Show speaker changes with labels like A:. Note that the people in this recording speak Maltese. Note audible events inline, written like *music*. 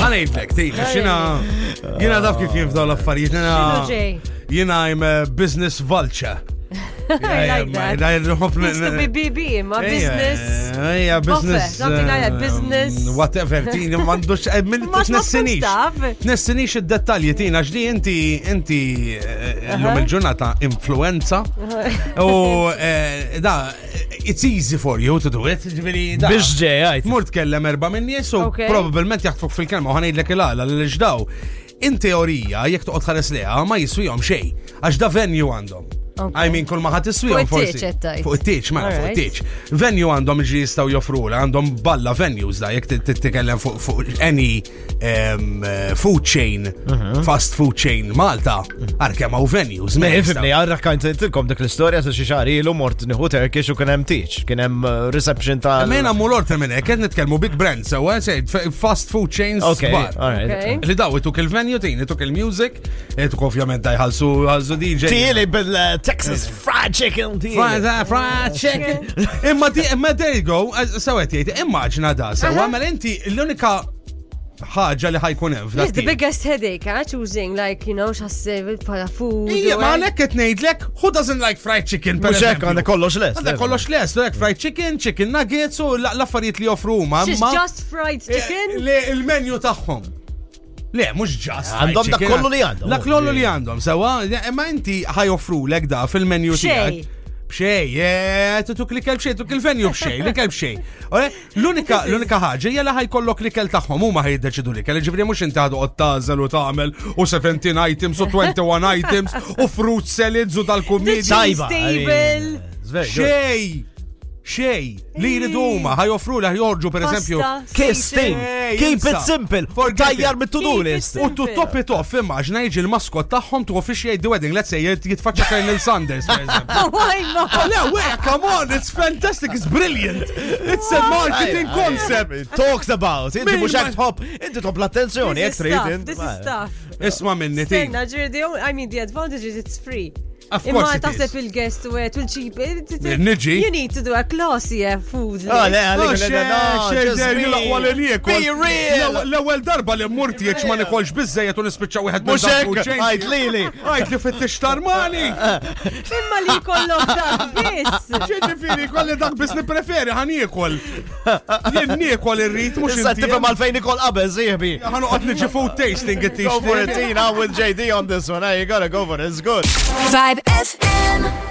A: Għanajtlek, tejna, xina. Jina daf kif jien f'dawn l-affarijiet.
B: Xinu
A: Jina.
B: ġej?
A: Jina I'm a business vulture.
B: *laughs* I like that. Used to be
A: that.
B: BB, ma business.
A: Yeah, business.
B: something like that,
A: uh,
B: business.
A: Whatever, tina, mandux, eh, min
B: *laughs* Ma
A: t-nessinix. Nessinix id-dettalji tina, ġdi inti, inti, eh,
B: Aha.
A: l-lum il-ġurnata,
B: *laughs*
A: influenza. U, eh, da, it's easy for you to do it, ġviri, da.
C: Biex ġej, għajt.
A: Mur tkellem erba minn jesu,
B: Okay.
A: probabilment jaħtfuk fil-kelma u ħanajdlek il-għala l-ġdaw. In teorija, jek toqgħod ħares leha, ma jiswihom xejn, għax da venju għandhom.
B: Okay.
A: I mean, kull ma ħadd iswihom
B: Fuq it-tieċ
A: forsi.
B: qed tgħid.
A: Fuq it-tieċ, mela, fuq
B: Alright.
A: it-tieċ. Venju għandhom ġi jistgħu joffrula, għandhom balla venues da, jek t- t- titkellem fuq fuq any em, eh, food chain,
C: Mhm.
A: fast food chain Malta, għarkem hawn venues. mela,
C: Me,
A: ma jistaw.
C: ifibni, għarra kajn tilkom dik l-istoria sa xiexari ilu mort niħu Turkish u kienem teach, kienem reception ta'
A: Mena mulor ta' minn hekk, qed nitkellmu big brands, sewa, sejt, f- fast food chains.
C: Ok,
A: kbar.
B: Okay.
C: alright.
A: Li daw, ituk il-venue tin, ituk il-music, ituk ovvjament daj ħalsu ħalsu DJ.
C: Tieli bil-Texas fried chicken
A: Fried-
C: tieli.
A: eh, fried chicken. Imma ti, imma there you go, eh, sewet jgħid, immaġna da, sewa, mela inti l-unika ħaġa li ħajkun hemm
B: It's the
A: f'dak.
B: biggest headache, huh? Choosing, like, you know, xassib, pala food.
A: Ija,
B: or-
A: ma għalek qed ngħidlek, who doesn't like fried chicken? per
C: Mux hekk
A: eżempju?
C: għandek kollox les.
A: Għandek kollox eh. les, like fried chicken, chicken nuggets u la- l-affarijiet li joffru huma.
B: She's
A: imma-
B: just fried chicken.
A: Le, il-menju tagħhom. Le, mhux ġast. fried
C: Għandhom dak
A: chicken.
C: kollu li għandhom.
A: Dak kollu li għandhom, sewa, imma inti ħajoffru lek da fil-menju
B: Bxej.
A: tiegħek. Bxej, eh, tuk li kelb xej, tuk il-venju bxej, li kelb xej. Ore, L-unika l-unika ħaġa jella ħajkollok li kel tagħhom huma ħajdeċidu li kel, ġifri mhux inti ħadu qod tażel u tagħmel u 17 items u 21 items u fruit salads u
B: The
A: tal-kumidja.
C: Tajba,
B: stable.
A: Xej! Xej! Li jridu huma ħajoffru li ħajorġu pereżempju.
B: Pasta,
C: Kiss
B: seasoning.
C: thing,
A: Eh,
C: keep it
A: jinsa.
C: simple,
A: Forget
C: tajjar
A: it.
C: mit-to-do
B: Keep it
C: list.
B: simple.
A: U tu top it off, immaġna jiġi l-maskot tagħhom tu officiate the wedding, let's say jit- jitfaċċa Colonel Sanders. per *laughs* eżempju.
B: *laughs* Oh, why not?
A: Le, wait, come on, it's fantastic, it's brilliant. It's a marketing
C: Ajja,
A: concept.
C: ajja, Talks about, inti
A: Min
C: mux
A: ma-
C: hekk top, inti top l-attenzjoni,
B: This
C: jek
B: is
C: trid.
B: stuff,
C: int-
B: This
C: ma-
B: is stuff.
A: Isma' minni tin.
B: Tenna, ġiri, the only- I mean, the advantage is it's free.
A: Of course
B: Imma
A: it
B: taħseb
A: is.
B: il-guest u għet il-ċip.
A: Niġi.
B: You need to do a classy eh, food.
C: Ah,
B: list.
C: le, għalik
A: Għalix,
C: le, no,
A: xej,
C: just
A: der,
C: be-
A: jilaqwa li lijek,
C: Be
A: għal-
C: real.
A: L-ewwel- L-ewwel darba li mmurti jekk ma nikolx biżejjed u nispiċċa wieħed
C: Mhux hekk,
A: dawk il-ġenji.
C: għajt lili.
A: Għajt li fittix *laughs* tarmani.
B: Imma li kollok dak biss.
A: Ġiġifiri, kolli dak bis nipreferi, ħan jiekol. Jien niekol irrit, mux
C: Issa tifhem
A: inti.
C: għalfejn ikol qabel, zihbi.
A: ħan uqat niġi food tasting it
C: Go for it, Tina, I'm with JD on this one. Hey, you gotta go for it. It's good.
D: Vibe FM.